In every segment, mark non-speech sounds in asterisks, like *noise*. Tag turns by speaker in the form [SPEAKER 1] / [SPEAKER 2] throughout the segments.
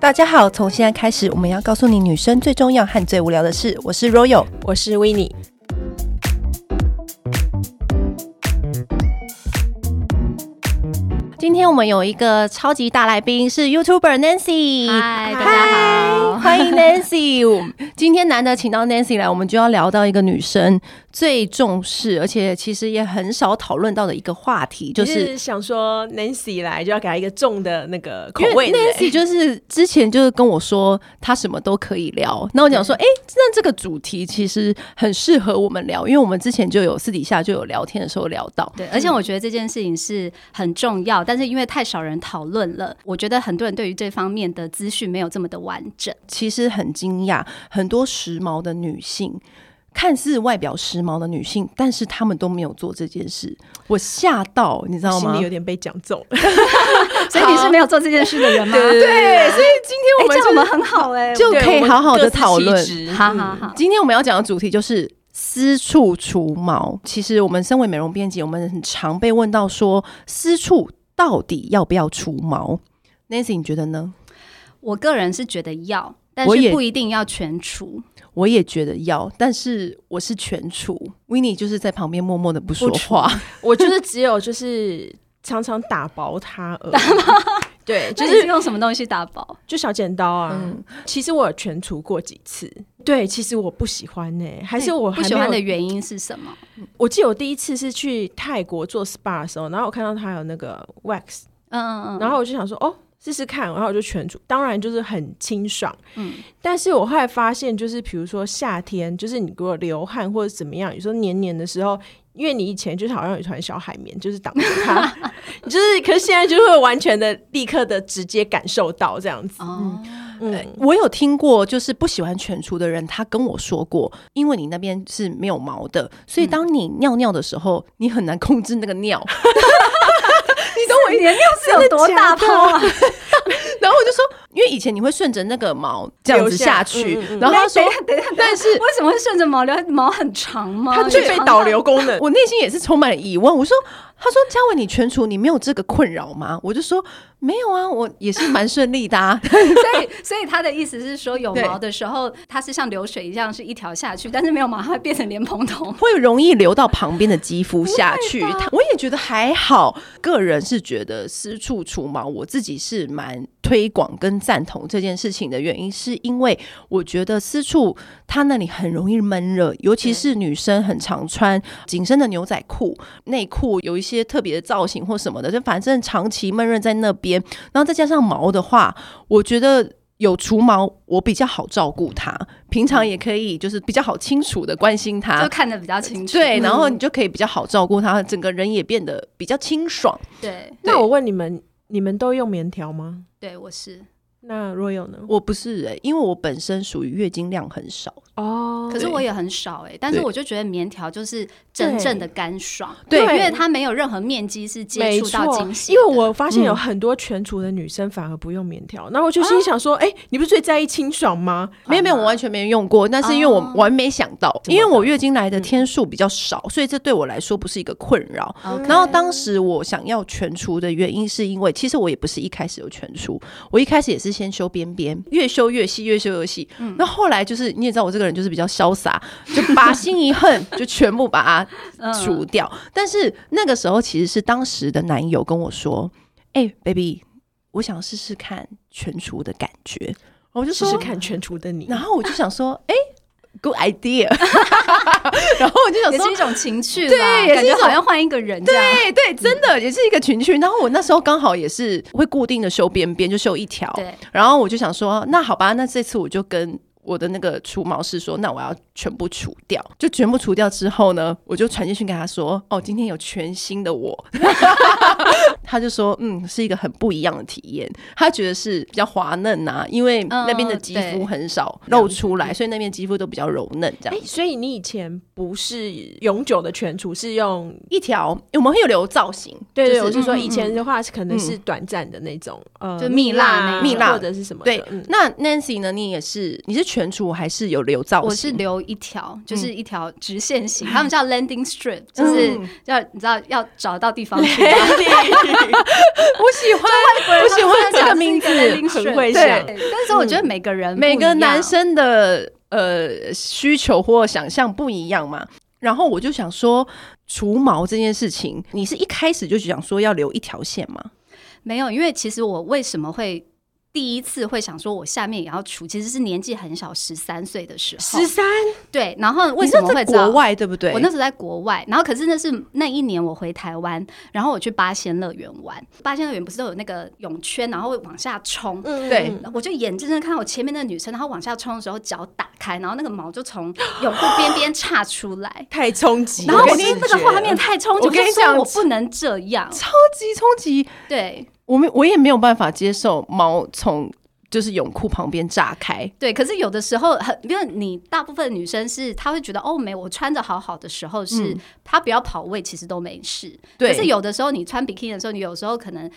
[SPEAKER 1] 大家好，从现在开始，我们要告诉你女生最重要和最无聊的事。我是 Royal，
[SPEAKER 2] 我是 w i n n i e
[SPEAKER 1] 今天我们有一个超级大来宾是 YouTuber Nancy。
[SPEAKER 2] 嗨，大家好。
[SPEAKER 1] 欢迎 Nancy！我们今天难得请到 Nancy 来，我们就要聊到一个女生最重视，而且其实也很少讨论到的一个话题，就
[SPEAKER 2] 就是是想说 Nancy 来就要给她一个重的那个口
[SPEAKER 1] 因为
[SPEAKER 2] 味对不
[SPEAKER 1] Nancy
[SPEAKER 2] 对
[SPEAKER 1] 就是之前就是跟我说她什么都可以聊，那我讲说，哎、那这个主题其实很适合我们聊，因为我们之前就有私底下就有聊天的时候聊到，
[SPEAKER 3] 对，而且我觉得这件事情是很重要，但是因为太少人讨论了，我觉得很多人对于这方面的资讯没有这么的完整。
[SPEAKER 1] 其实很惊讶，很多时髦的女性。看似外表时髦的女性，但是她们都没有做这件事，我吓到，你知道
[SPEAKER 2] 心
[SPEAKER 1] 吗？
[SPEAKER 2] 里有点被讲中。
[SPEAKER 3] 所以你是没有做这件事的
[SPEAKER 2] *laughs*
[SPEAKER 3] 人吗？ *laughs* 对，
[SPEAKER 1] 对，所以今天我们
[SPEAKER 3] 哎，
[SPEAKER 1] 就
[SPEAKER 3] 这样我嗯们很好哎、
[SPEAKER 1] 就
[SPEAKER 2] 对
[SPEAKER 1] 可以
[SPEAKER 2] 我们
[SPEAKER 1] 好好
[SPEAKER 2] 各
[SPEAKER 1] 的
[SPEAKER 2] 司
[SPEAKER 1] 讨
[SPEAKER 2] 其
[SPEAKER 1] 论
[SPEAKER 2] 职
[SPEAKER 3] 好好好，
[SPEAKER 1] 今天我们要讲的主题就是私处除毛。其实我们身为美容编辑，我们很常被问到说，私处到底要不要除毛？Nancy，你觉得呢？
[SPEAKER 3] 我个人是觉得要，但
[SPEAKER 1] 我也
[SPEAKER 3] 是不一定要全除，
[SPEAKER 1] 我也觉得要，但是我是全除。w i n n i e 就是在旁边默默的不说
[SPEAKER 2] 不除
[SPEAKER 1] 话，
[SPEAKER 2] 我就是只有就是常常打薄它而已。对，就
[SPEAKER 3] 那你
[SPEAKER 2] 是
[SPEAKER 3] 是用什么东西打包？
[SPEAKER 2] 就小剪刀啊。
[SPEAKER 1] 嗯
[SPEAKER 2] 其实我有全除过几次。对，其实我不喜欢呢、还是我
[SPEAKER 3] 不
[SPEAKER 2] 还
[SPEAKER 3] 喜
[SPEAKER 2] 没
[SPEAKER 3] 欢
[SPEAKER 2] 有
[SPEAKER 3] 的原因是什么？
[SPEAKER 2] 我记得我第一次是去泰国做 SPA 的时候，然后我看到他有那个 wax，
[SPEAKER 3] 嗯嗯嗯，
[SPEAKER 2] 然后我就想说，哦，试试看，然后我就全除，当然就是很清爽。
[SPEAKER 3] 嗯
[SPEAKER 2] 但是我后来发现，就是比如说夏天，就是你如果流汗或者怎么样，有时候黏黏的时候，因为你以前就是好像有一团小海绵，就是挡着
[SPEAKER 3] *laughs*
[SPEAKER 2] 它，你就是，可是现在就会完全的立刻的直接感受到这样子。
[SPEAKER 3] 哦，
[SPEAKER 2] 嗯，
[SPEAKER 1] 我有听过，就是不喜欢全除的人，他跟我说过，因为你那边是没有毛的，所以
[SPEAKER 2] 嗯
[SPEAKER 1] 当你尿尿的时候，你很难控制那个尿。 *laughs*
[SPEAKER 3] 你懂我年龄是有多大泡啊？
[SPEAKER 1] 然后我就说，因为以前你会顺着那个毛这样子下去，
[SPEAKER 2] 流下嗯嗯嗯
[SPEAKER 1] 然后他说
[SPEAKER 3] *laughs* 等一，下，等一下，
[SPEAKER 1] 但是
[SPEAKER 3] 为什么会顺着毛流？毛很长吗？
[SPEAKER 2] 它具备导流功
[SPEAKER 3] 哦
[SPEAKER 2] 能。
[SPEAKER 1] 我内心也是充满了疑问。我说，他说嘉伟，你全除你没有这个困扰吗？我就说没有啊，我也是蛮顺利的啊。
[SPEAKER 3] 所以， *laughs* 所以他的意思是说，有
[SPEAKER 1] 对
[SPEAKER 3] 毛的时候，它是像流水一样是一条下去，但是没有毛，它会变成莲蓬
[SPEAKER 1] *laughs*
[SPEAKER 3] 头。
[SPEAKER 1] 会容易流到旁边的肌肤下去。我也觉得还好，个人是觉得私处除毛，我自己是蛮推广跟赞同这件事情的原因，是因为我觉得私处它那里很容易闷热，尤其是女生很常穿紧身的牛仔裤、内裤，有一些特别的造型或什么的，就反正长期闷热在那边，然后再加上毛的话，我觉得。有除毛，我比较好照顾它，平常也可以就是比较好清楚的关心它，
[SPEAKER 3] 就看得比较清楚。
[SPEAKER 1] 啊对，然后你就可以比较好照顾他，整个人也变得比较清爽。
[SPEAKER 3] 对
[SPEAKER 2] 那我问你们，你们都用棉条吗？
[SPEAKER 3] 对，我是。
[SPEAKER 2] 那 Royal 呢？
[SPEAKER 1] 我不是、欸，因为我本身属于月经量很少，
[SPEAKER 2] 哦
[SPEAKER 3] 可是我也很少哎、但是我就觉得棉条就是真正的干爽，
[SPEAKER 1] 对
[SPEAKER 3] 因为它没有任何面积是接
[SPEAKER 2] 没
[SPEAKER 3] 触
[SPEAKER 2] 错
[SPEAKER 3] 到精，细
[SPEAKER 2] 因
[SPEAKER 3] 的。
[SPEAKER 2] 为我发现有
[SPEAKER 1] 嗯
[SPEAKER 2] 很多全厨的女生反而不用棉条，那、我就心想说，哎、你不是最在意清爽吗？
[SPEAKER 1] 没有没有，我完全没用过。但是因为我
[SPEAKER 3] 哦
[SPEAKER 1] 完没想到，
[SPEAKER 2] 怎么
[SPEAKER 1] 因为我月经来的
[SPEAKER 2] 嗯
[SPEAKER 1] 天数比较少，所以这对我来说不是一个困扰。
[SPEAKER 2] 哦
[SPEAKER 3] OK
[SPEAKER 1] 然后当时我想要全除的原因，是因为其实我也不是一开始有全除，我一开始也是先修边边，越修越细，越修越细。那、后来就是你也知道，我这个人就是比较潇洒，就把心一横，就全部把它
[SPEAKER 3] 嗯
[SPEAKER 1] 除掉。但是那个时候其实是当时的男友跟我说：“哎、b a b y 我想试试看全除的感觉。”然后我就
[SPEAKER 2] 试
[SPEAKER 1] 说
[SPEAKER 2] 试看全厨的你，
[SPEAKER 1] 然后我就想说：“哎、g o o d idea。” *laughs* 然后我就想
[SPEAKER 3] 也
[SPEAKER 1] 说
[SPEAKER 3] 是一。种情趣啦，
[SPEAKER 1] 对也是
[SPEAKER 3] 感
[SPEAKER 1] 一
[SPEAKER 3] 觉
[SPEAKER 1] 种
[SPEAKER 3] 好像换一个人这样。
[SPEAKER 1] 对对，真的也是一个群群。然后我那时候刚好也是会固定的修边边，就修一条。
[SPEAKER 3] 对，
[SPEAKER 1] 然后我就想说，那好吧，那这次我就跟我的那个除毛师说，那我要全部除掉。就全部除掉之后呢，我就传简讯给他说，哦，今天有全新的我。 *laughs* 他就说，嗯，是一个很不一样的体验。他觉得是比较滑嫩啊，因为那边的
[SPEAKER 3] 嗯
[SPEAKER 1] 肌
[SPEAKER 3] 对
[SPEAKER 1] 肤很少露出来，所以那边肌肤都比较柔嫩这样。
[SPEAKER 2] 哎、所以你以前不是永久的全除，是用
[SPEAKER 1] 一条，我们会有留造型，
[SPEAKER 2] 对对，
[SPEAKER 1] 就
[SPEAKER 2] 我
[SPEAKER 1] 是
[SPEAKER 2] 是说
[SPEAKER 3] 嗯
[SPEAKER 2] 以前的话是可能
[SPEAKER 1] 嗯
[SPEAKER 2] 是短暂的那种，呃，
[SPEAKER 3] 就蜜蜡那
[SPEAKER 2] 蜡、
[SPEAKER 3] 种
[SPEAKER 1] 蜜蜡
[SPEAKER 2] 或者是什么的
[SPEAKER 1] 对
[SPEAKER 2] 嗯，
[SPEAKER 1] 那 Nancy 呢？你也是，你是全除还是有留造型？
[SPEAKER 3] 我是留一条，就是一条直线型，他们叫 landing strip，就是
[SPEAKER 1] 嗯
[SPEAKER 3] 要你知道要找到地
[SPEAKER 1] *laughs*
[SPEAKER 3] 方去。
[SPEAKER 1] 我喜欢，我喜欢这个名字，
[SPEAKER 2] 很会
[SPEAKER 1] 想嗯
[SPEAKER 3] 对但是我觉得每个人不一
[SPEAKER 1] 每
[SPEAKER 3] 样
[SPEAKER 1] 个男生的呃需求或想象不一样嘛。然后我就想说，除毛这件事情，你是一开始就想说要留一条线吗？
[SPEAKER 3] 没有，因为其实我为什么会第一次会想说我下面也要除，其实是年纪很小，十三岁的时候
[SPEAKER 2] 十。三，
[SPEAKER 3] 对，然后为什么
[SPEAKER 1] 你是
[SPEAKER 3] 会
[SPEAKER 1] 在
[SPEAKER 3] 知道
[SPEAKER 1] 国？外对不对？
[SPEAKER 3] 我那时候在国外，然后可是那是那一年我回台湾，然后我去八仙乐园玩。八仙乐园不是都有那个泳圈，然后会往下冲。
[SPEAKER 2] 嗯
[SPEAKER 1] 对
[SPEAKER 2] 嗯，
[SPEAKER 3] 我就眼睁睁看到我前面那个女生，她往下冲的时候脚打开，然后那个毛就从泳裤边边岔出来
[SPEAKER 1] *gasps*
[SPEAKER 2] 太冲击了，
[SPEAKER 3] 然后我
[SPEAKER 2] 跟
[SPEAKER 3] 就
[SPEAKER 2] 你
[SPEAKER 3] 那个画面太冲击，
[SPEAKER 1] 我跟你
[SPEAKER 3] 就说
[SPEAKER 1] 讲
[SPEAKER 3] 我不能这样，
[SPEAKER 1] 超级冲击，
[SPEAKER 3] 对
[SPEAKER 1] 我们我也没有办法接受毛从就是泳裤旁边炸开。
[SPEAKER 3] 对。可是有的时候很，因为你大部分女生是她会觉得哦，没我穿着好好的时候是、
[SPEAKER 1] 嗯
[SPEAKER 3] 她不要跑位，其实都没事。
[SPEAKER 1] 对，
[SPEAKER 3] 可是有的时候你穿比基尼的时候，你有时候可能。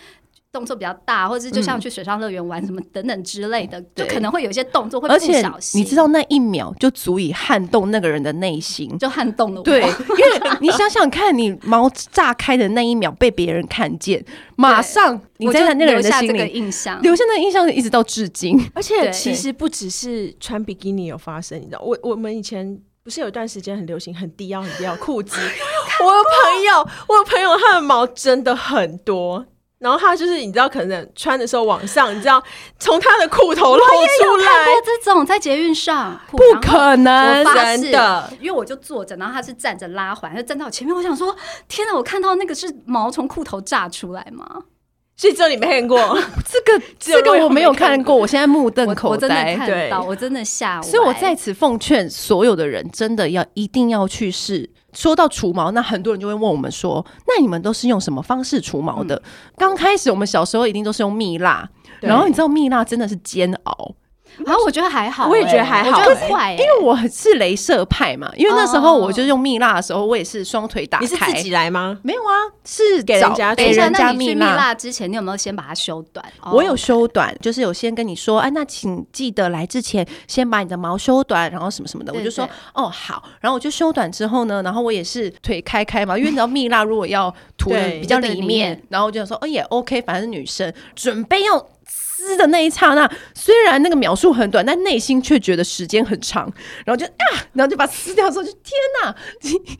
[SPEAKER 3] 动作比较大，或者是就像去水上乐园玩什么等等之类的，就
[SPEAKER 1] 嗯对
[SPEAKER 3] 可能会有一些动作会
[SPEAKER 1] 而
[SPEAKER 3] 不
[SPEAKER 1] 且
[SPEAKER 3] 小心，
[SPEAKER 1] 你知道那一秒就足以撼动那个人的内心。
[SPEAKER 3] 就撼动了我。
[SPEAKER 1] 对，
[SPEAKER 3] *laughs*
[SPEAKER 1] 因为 *laughs* 你想想看，你毛炸开的那一秒被别人看见，马上你
[SPEAKER 3] 我就
[SPEAKER 1] 在那个人
[SPEAKER 3] 留
[SPEAKER 1] 的
[SPEAKER 3] 下
[SPEAKER 1] 心
[SPEAKER 3] 这个
[SPEAKER 1] 里
[SPEAKER 3] 印象，
[SPEAKER 1] 留下那个印象，一直到至今。
[SPEAKER 2] 而且
[SPEAKER 3] 对
[SPEAKER 2] 其实不只是穿比基尼有发生，你知道，我我们以前不是有一段时间很流行很低腰很低腰裤
[SPEAKER 3] *laughs*
[SPEAKER 2] 子，我有朋友，我有朋友他的毛真的很多。然后他就是你知道，可能穿的时候往上，你知道从他的裤头露出
[SPEAKER 3] 看过
[SPEAKER 2] 来，
[SPEAKER 3] 这种在捷运上，不
[SPEAKER 1] 不可能
[SPEAKER 3] 我发
[SPEAKER 2] 真
[SPEAKER 3] 誓
[SPEAKER 2] 的，
[SPEAKER 3] 因为我就坐着，然后他是站着拉环，他就站到我前面，我想说，天哪，我看到那个是毛从裤头炸出来吗？
[SPEAKER 2] 所以只有你没看过。
[SPEAKER 1] 这个
[SPEAKER 2] 只有
[SPEAKER 1] 这个
[SPEAKER 2] 我
[SPEAKER 1] 我
[SPEAKER 2] 没
[SPEAKER 1] 没有
[SPEAKER 2] 看
[SPEAKER 1] 看过，我现在目瞪
[SPEAKER 3] 我
[SPEAKER 1] 口
[SPEAKER 3] 我真的
[SPEAKER 1] 呆。
[SPEAKER 3] 看到，
[SPEAKER 2] 对
[SPEAKER 3] 我真的吓
[SPEAKER 1] *laughs*
[SPEAKER 3] 歪。
[SPEAKER 1] 所以我在此奉劝所有的人，真的要一定要去试。说到除毛，那很多人就会问我们说，那你们都是用什么方式除毛的？刚开始我们小时候一定都是用蜜蜡，
[SPEAKER 2] 对
[SPEAKER 1] 然后你知道蜜蜡真的是煎熬。
[SPEAKER 3] 然后我觉得还好欸，
[SPEAKER 2] 我也觉得还好
[SPEAKER 3] 我觉得
[SPEAKER 2] 欸
[SPEAKER 3] 很快欸，因
[SPEAKER 1] 因为我是镭射派嘛，因为那时候
[SPEAKER 3] 哦
[SPEAKER 1] 我就用蜜蜡的时候，我也是双腿打开。
[SPEAKER 2] 你是自己来吗？
[SPEAKER 1] 没有啊，是
[SPEAKER 2] 给
[SPEAKER 1] 找
[SPEAKER 2] 人家
[SPEAKER 1] 给
[SPEAKER 3] 等一下，
[SPEAKER 1] 人
[SPEAKER 3] 那
[SPEAKER 1] 家
[SPEAKER 3] 你去
[SPEAKER 1] 蜜
[SPEAKER 3] 蜜
[SPEAKER 1] 蜡。
[SPEAKER 3] 蜡之前，你有没有先把它修短？哦
[SPEAKER 1] 我有修短，就是有先跟你说，哎、那请记得来之前先把你的毛修短，然后什么什么的。
[SPEAKER 3] 对
[SPEAKER 1] 我就说
[SPEAKER 3] 对
[SPEAKER 1] 哦好，然后我就修短之后呢，然后我也是腿开开嘛，因为你知道蜜蜡如果要涂的
[SPEAKER 2] 对
[SPEAKER 1] 比较
[SPEAKER 3] 对对
[SPEAKER 1] 里
[SPEAKER 3] 里
[SPEAKER 1] 面
[SPEAKER 3] 面，
[SPEAKER 1] 然后我就想说哦也 OK，反正是女生准备要撕的那一刹那，虽然那个秒数很短，但内心却觉得时间很长，然后就啊，然后就把它撕掉之后就天哪，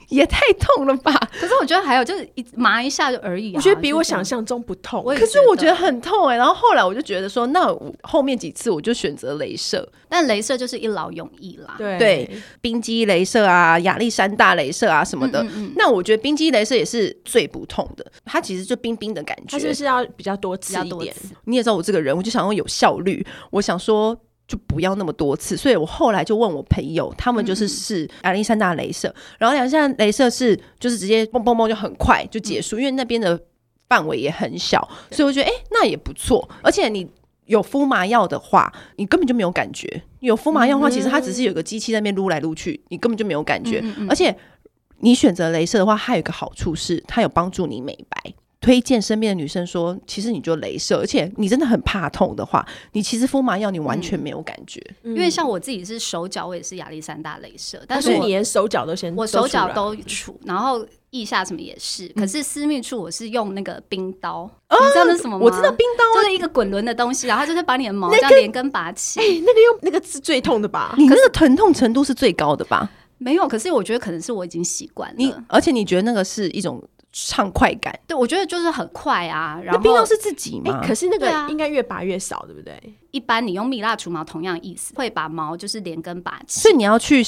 [SPEAKER 1] 也太痛了吧！
[SPEAKER 3] 可是我觉得还有就是一麻一下就而已啊。
[SPEAKER 2] 我觉得比我想
[SPEAKER 3] 象，
[SPEAKER 2] 象中不啊痛。
[SPEAKER 3] 我也
[SPEAKER 1] 可是我觉得很痛哎、然后后来我就觉得说，那我后面几次我就选择镭射，
[SPEAKER 3] 但镭射就是一劳永逸啦。
[SPEAKER 2] 对
[SPEAKER 1] 对冰肌镭射啊、亚历山大镭射啊什么
[SPEAKER 3] 嗯，
[SPEAKER 1] 的。
[SPEAKER 3] 嗯嗯
[SPEAKER 1] 那我觉得冰肌镭射也是最不痛的，它其实就冰冰的感觉。
[SPEAKER 2] 他是不是要比较多次
[SPEAKER 3] 比
[SPEAKER 2] 一
[SPEAKER 3] 较多
[SPEAKER 2] 点？
[SPEAKER 3] 次
[SPEAKER 1] 你也知道我这个人，我就想要有效率，我想说。就不要那么多次，所以我后来就问我朋友，他们
[SPEAKER 3] 嗯
[SPEAKER 1] 就是试亚历山大镭射，然后亚历山大镭射是就是直接蹦蹦蹦就很快就结
[SPEAKER 3] 嗯
[SPEAKER 1] 束，因为那边的范围也很小，所以我觉得哎、诶那也不错，而且你。有敷麻药的话，你根本就没有感觉；有敷麻药的话，其实它只是有个机器在那边撸来撸去，你根本就没有感觉。
[SPEAKER 3] 嗯嗯嗯
[SPEAKER 1] 而且你选择镭射的话，它有一个好处是，它有帮助你美白。推荐身边的女生说，其实你就镭射，而且你真的很怕痛的话，你其实敷麻药你完全没有感觉。
[SPEAKER 2] 因
[SPEAKER 3] 嗯因为像我自己是手脚，我也是亚历山大镭
[SPEAKER 1] 嗯
[SPEAKER 3] 射，但
[SPEAKER 2] 但嗯
[SPEAKER 3] 是
[SPEAKER 2] 是
[SPEAKER 3] 我
[SPEAKER 2] 你连手脚都啊先，
[SPEAKER 3] 我手
[SPEAKER 2] 出
[SPEAKER 3] 脚
[SPEAKER 2] 来
[SPEAKER 3] 都除，然后腋下什么也是，
[SPEAKER 1] 嗯
[SPEAKER 3] 可是私密处我是用那个冰刀，你知道那是什么吗？
[SPEAKER 1] 哦我知道冰刀啊，
[SPEAKER 3] 就是一个滚轮的东西，然后就是把你的毛这样连根拔起。
[SPEAKER 2] 哎那个用那个是最痛的
[SPEAKER 3] 哦
[SPEAKER 2] 吧？
[SPEAKER 1] 你那个疼痛程度是最高的吧？
[SPEAKER 3] 没有，可是我觉得可能是嗯我已经习惯
[SPEAKER 1] 你
[SPEAKER 3] 了。
[SPEAKER 1] 而且你觉得那个是一种畅快感，
[SPEAKER 3] 对，我觉得就是很快啊，然
[SPEAKER 1] 那
[SPEAKER 3] 后
[SPEAKER 1] 冰刀是自己
[SPEAKER 2] 哎、
[SPEAKER 1] 吗？
[SPEAKER 2] 可是那
[SPEAKER 3] 对啊
[SPEAKER 2] 个应该越拔越少，对不对？
[SPEAKER 3] 一般你用蜜蜡除毛同样意思，会把毛就是连根拔起
[SPEAKER 1] 所。以你要去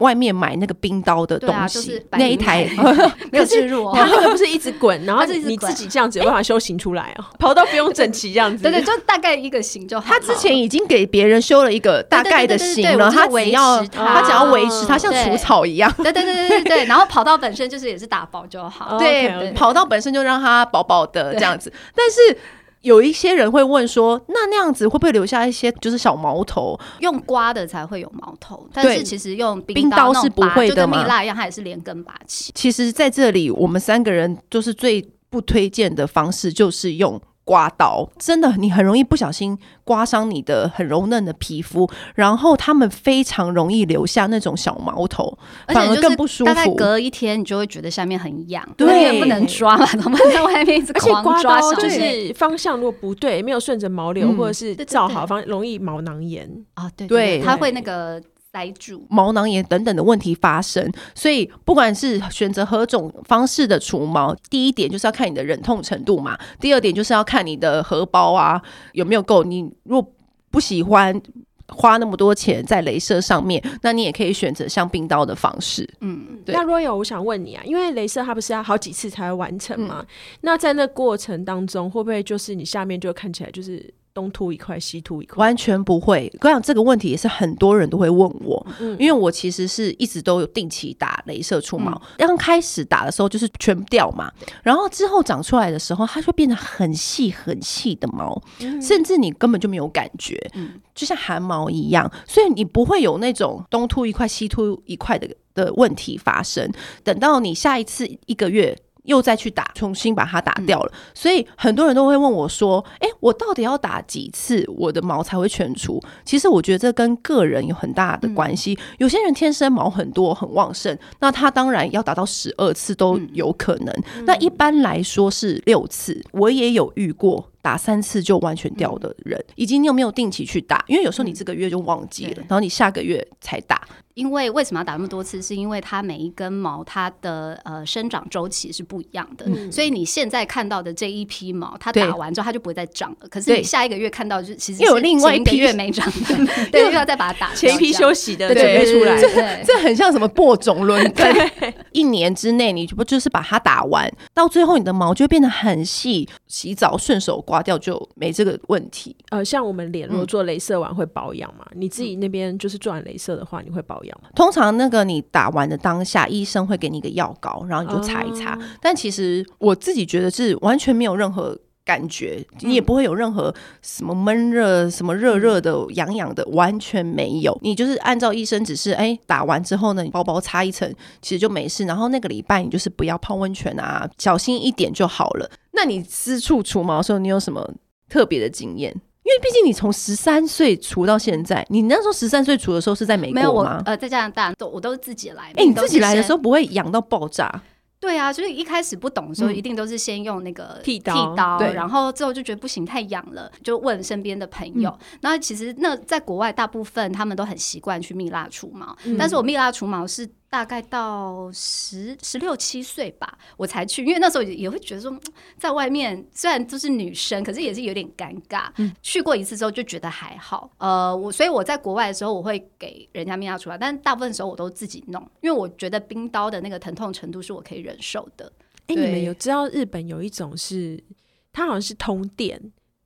[SPEAKER 1] 外面买那个冰刀的
[SPEAKER 3] 对啊
[SPEAKER 1] 东
[SPEAKER 3] 就
[SPEAKER 1] 西，
[SPEAKER 3] 是白
[SPEAKER 1] 那一
[SPEAKER 3] 银
[SPEAKER 1] 台 *laughs*
[SPEAKER 3] 没有置入哦。 *laughs*
[SPEAKER 2] 它那个不是一直滚，然后
[SPEAKER 3] 它是一直
[SPEAKER 2] 你
[SPEAKER 3] 滚
[SPEAKER 2] 自己这样子有办法修行出来哦，跑到不用整齐这样子。
[SPEAKER 3] 对对，就大概一个型就好
[SPEAKER 1] 他
[SPEAKER 3] 了。
[SPEAKER 1] 之前已经给别人修了一个大概的型
[SPEAKER 3] 对对对对对
[SPEAKER 1] 了，
[SPEAKER 3] 我就是
[SPEAKER 1] 他只要
[SPEAKER 3] 维
[SPEAKER 1] 他只要维
[SPEAKER 3] 持它
[SPEAKER 1] 持它，像
[SPEAKER 3] 对
[SPEAKER 1] 除草一样。
[SPEAKER 3] 对对对对对对，然后跑道本身就是也是打包就好。
[SPEAKER 2] 哦
[SPEAKER 1] 对
[SPEAKER 2] OK，OK
[SPEAKER 1] 跑道本身就让它薄薄的
[SPEAKER 3] 对
[SPEAKER 1] 这样子，但是。有一些人会问说，那那样子会不会留下一些就是小毛头？
[SPEAKER 3] 用刮的才会有毛头，但是其实用冰
[SPEAKER 1] 冰刀
[SPEAKER 3] 那种
[SPEAKER 1] 是不会
[SPEAKER 3] 拔
[SPEAKER 1] 的
[SPEAKER 3] 就跟蜜
[SPEAKER 1] 嘛
[SPEAKER 3] 蜡一样，它也是连根拔起。
[SPEAKER 1] 其实在这里，我们三个人就是最不推荐的方式，就是用刮刀。真的，你很容易不小心刮伤你的很柔嫩的皮肤，然后他们非常容易留下那种小毛头，
[SPEAKER 3] 而
[SPEAKER 1] 反
[SPEAKER 3] 且
[SPEAKER 1] 而
[SPEAKER 3] 就
[SPEAKER 1] 更
[SPEAKER 3] 是
[SPEAKER 1] 不舒服。
[SPEAKER 3] 大概隔一天，你就会觉得下面很痒，
[SPEAKER 1] 对
[SPEAKER 3] 因为不能抓嘛，怎么在外面一直
[SPEAKER 2] 而且
[SPEAKER 3] 狂
[SPEAKER 2] 刮
[SPEAKER 3] 抓
[SPEAKER 2] 刀
[SPEAKER 3] 小
[SPEAKER 2] 就
[SPEAKER 3] 妹
[SPEAKER 2] 是方向如果不对，没有顺着毛流、
[SPEAKER 1] 嗯
[SPEAKER 2] 或者是
[SPEAKER 3] 对对
[SPEAKER 2] 照
[SPEAKER 3] 对
[SPEAKER 2] 好方，容易毛囊炎。
[SPEAKER 3] 啊，对
[SPEAKER 1] 对
[SPEAKER 3] 它会那个塞住。
[SPEAKER 1] 毛囊炎等等的问题发生，所以不管是选择何种方式的除毛，第一点就是要看你的忍痛程度嘛，第二点就是要看你的荷包啊有没有够。你如果不喜欢花那么多钱在镭射上面，那你也可以选择像冰刀的方式。
[SPEAKER 3] 嗯，
[SPEAKER 1] 对
[SPEAKER 2] 那 Royal，我想问你啊，因为镭射它不是要好几次才会完成吗？那在那过程当中，会不会就是你下面就看起来就是东凸一块西凸一块？
[SPEAKER 1] 完全不会，我想这个问题也是很多人都会问我，
[SPEAKER 2] 嗯
[SPEAKER 1] 因为我其实是一直都有定期打镭射除毛。刚、开始打的时候就是全掉嘛，然后之后长出来的时候，它就变得很细很细的毛，甚至你根本就没有感觉，
[SPEAKER 3] 嗯
[SPEAKER 1] 就像汗毛一样，所以你不会有那种东凸一块西凸一块的的问题发生。等到你下一次一个月。又再去打，重新把它打掉了。所以很多人都会问我说：“诶，我到底要打几次我的毛才会全除？”其实我觉得这跟个人有很大的关系。有些人天生毛很多很旺盛，那他当然要打到十二次都有可能。
[SPEAKER 2] 嗯
[SPEAKER 1] 那一般来说是六次，我也有遇过。打三次就完全掉的人，以及你有没有定期去打？因为有时候你这个月就忘记了，
[SPEAKER 3] 对
[SPEAKER 1] 然后你下个月才打。
[SPEAKER 3] 因为为什么要打那么多次？是因为它每一根毛它的呃生长周期是不一样的，所以你现在看到的这一批毛，它
[SPEAKER 1] 嗯对
[SPEAKER 3] 打完之后它就不会再长了。可是
[SPEAKER 1] 对
[SPEAKER 3] 你下一个月看到就其实
[SPEAKER 1] 又有
[SPEAKER 3] 是
[SPEAKER 1] 另外
[SPEAKER 3] 前
[SPEAKER 1] 一
[SPEAKER 3] 个
[SPEAKER 1] 批
[SPEAKER 3] 月没长
[SPEAKER 1] *laughs*
[SPEAKER 3] 的，对，又要再把它打掉
[SPEAKER 2] 前一批
[SPEAKER 3] 这样
[SPEAKER 2] 休息的
[SPEAKER 3] 对
[SPEAKER 2] 准备出来，
[SPEAKER 3] 对对对
[SPEAKER 1] *laughs* 这很像什么播种轮耕，一年之内你不就是把它打完，到最后你的毛就会变得很细，洗澡顺手刮掉就没这个问题。
[SPEAKER 2] 呃，像我们脸如果
[SPEAKER 1] 嗯
[SPEAKER 2] 做镭射完会保养嘛，你自己那边就是做完镭射的话，你会保养吗？
[SPEAKER 1] 通常那个你打完的当下，医生会给你一个药膏，然后你就擦一擦。
[SPEAKER 2] 哦
[SPEAKER 1] 但其实我自己觉得是完全没有任何感觉，你
[SPEAKER 3] 嗯
[SPEAKER 1] 也不会有任何什么闷热、什么热热的、痒痒的，完全没有。你就是按照医生指示，哎，打完之后呢，你包包擦一层，其实就没事。然后那个礼拜你就是不要泡温泉啊，小心一点就好了。那你私处除毛的时候，你有什么特别的经验？因为毕竟你从十三岁除到现在，你那时候十三岁除的时候是在 *laughs* 美
[SPEAKER 3] 没有
[SPEAKER 1] 国
[SPEAKER 3] 我
[SPEAKER 1] 吗？
[SPEAKER 3] 呃，在加拿大都我都是自己来。
[SPEAKER 1] 哎、你自己来的时
[SPEAKER 3] 候，
[SPEAKER 1] 候不会痒到爆炸？
[SPEAKER 3] 对啊，就是一开始不懂的时候，
[SPEAKER 1] 嗯
[SPEAKER 3] 一定都是先用那个
[SPEAKER 2] 剃刀
[SPEAKER 3] 剃刀
[SPEAKER 1] 对，
[SPEAKER 3] 然后之后就觉得不行，太痒了，就问身边的朋
[SPEAKER 1] 嗯
[SPEAKER 3] 友。那其实那在国外，大部分他们都很习惯去蜜蜡除毛，
[SPEAKER 2] 嗯
[SPEAKER 3] 但是我蜜蜡除毛是。大概到十十六七岁吧，我才去，因为那时候也也会觉得说，嗯在外面虽然都是女生，可是也是有点尴尬。
[SPEAKER 1] 嗯
[SPEAKER 3] 去过一次之后就觉得还好，呃，我所以我在国外的时候我会给人家蜜蜡除毛，但大部分时候我都自己弄，因为我觉得冰刀的那个疼痛程度是我可以忍受的。
[SPEAKER 2] 哎、你们
[SPEAKER 3] 对
[SPEAKER 2] 有知道日本有一种是，它好像是通电，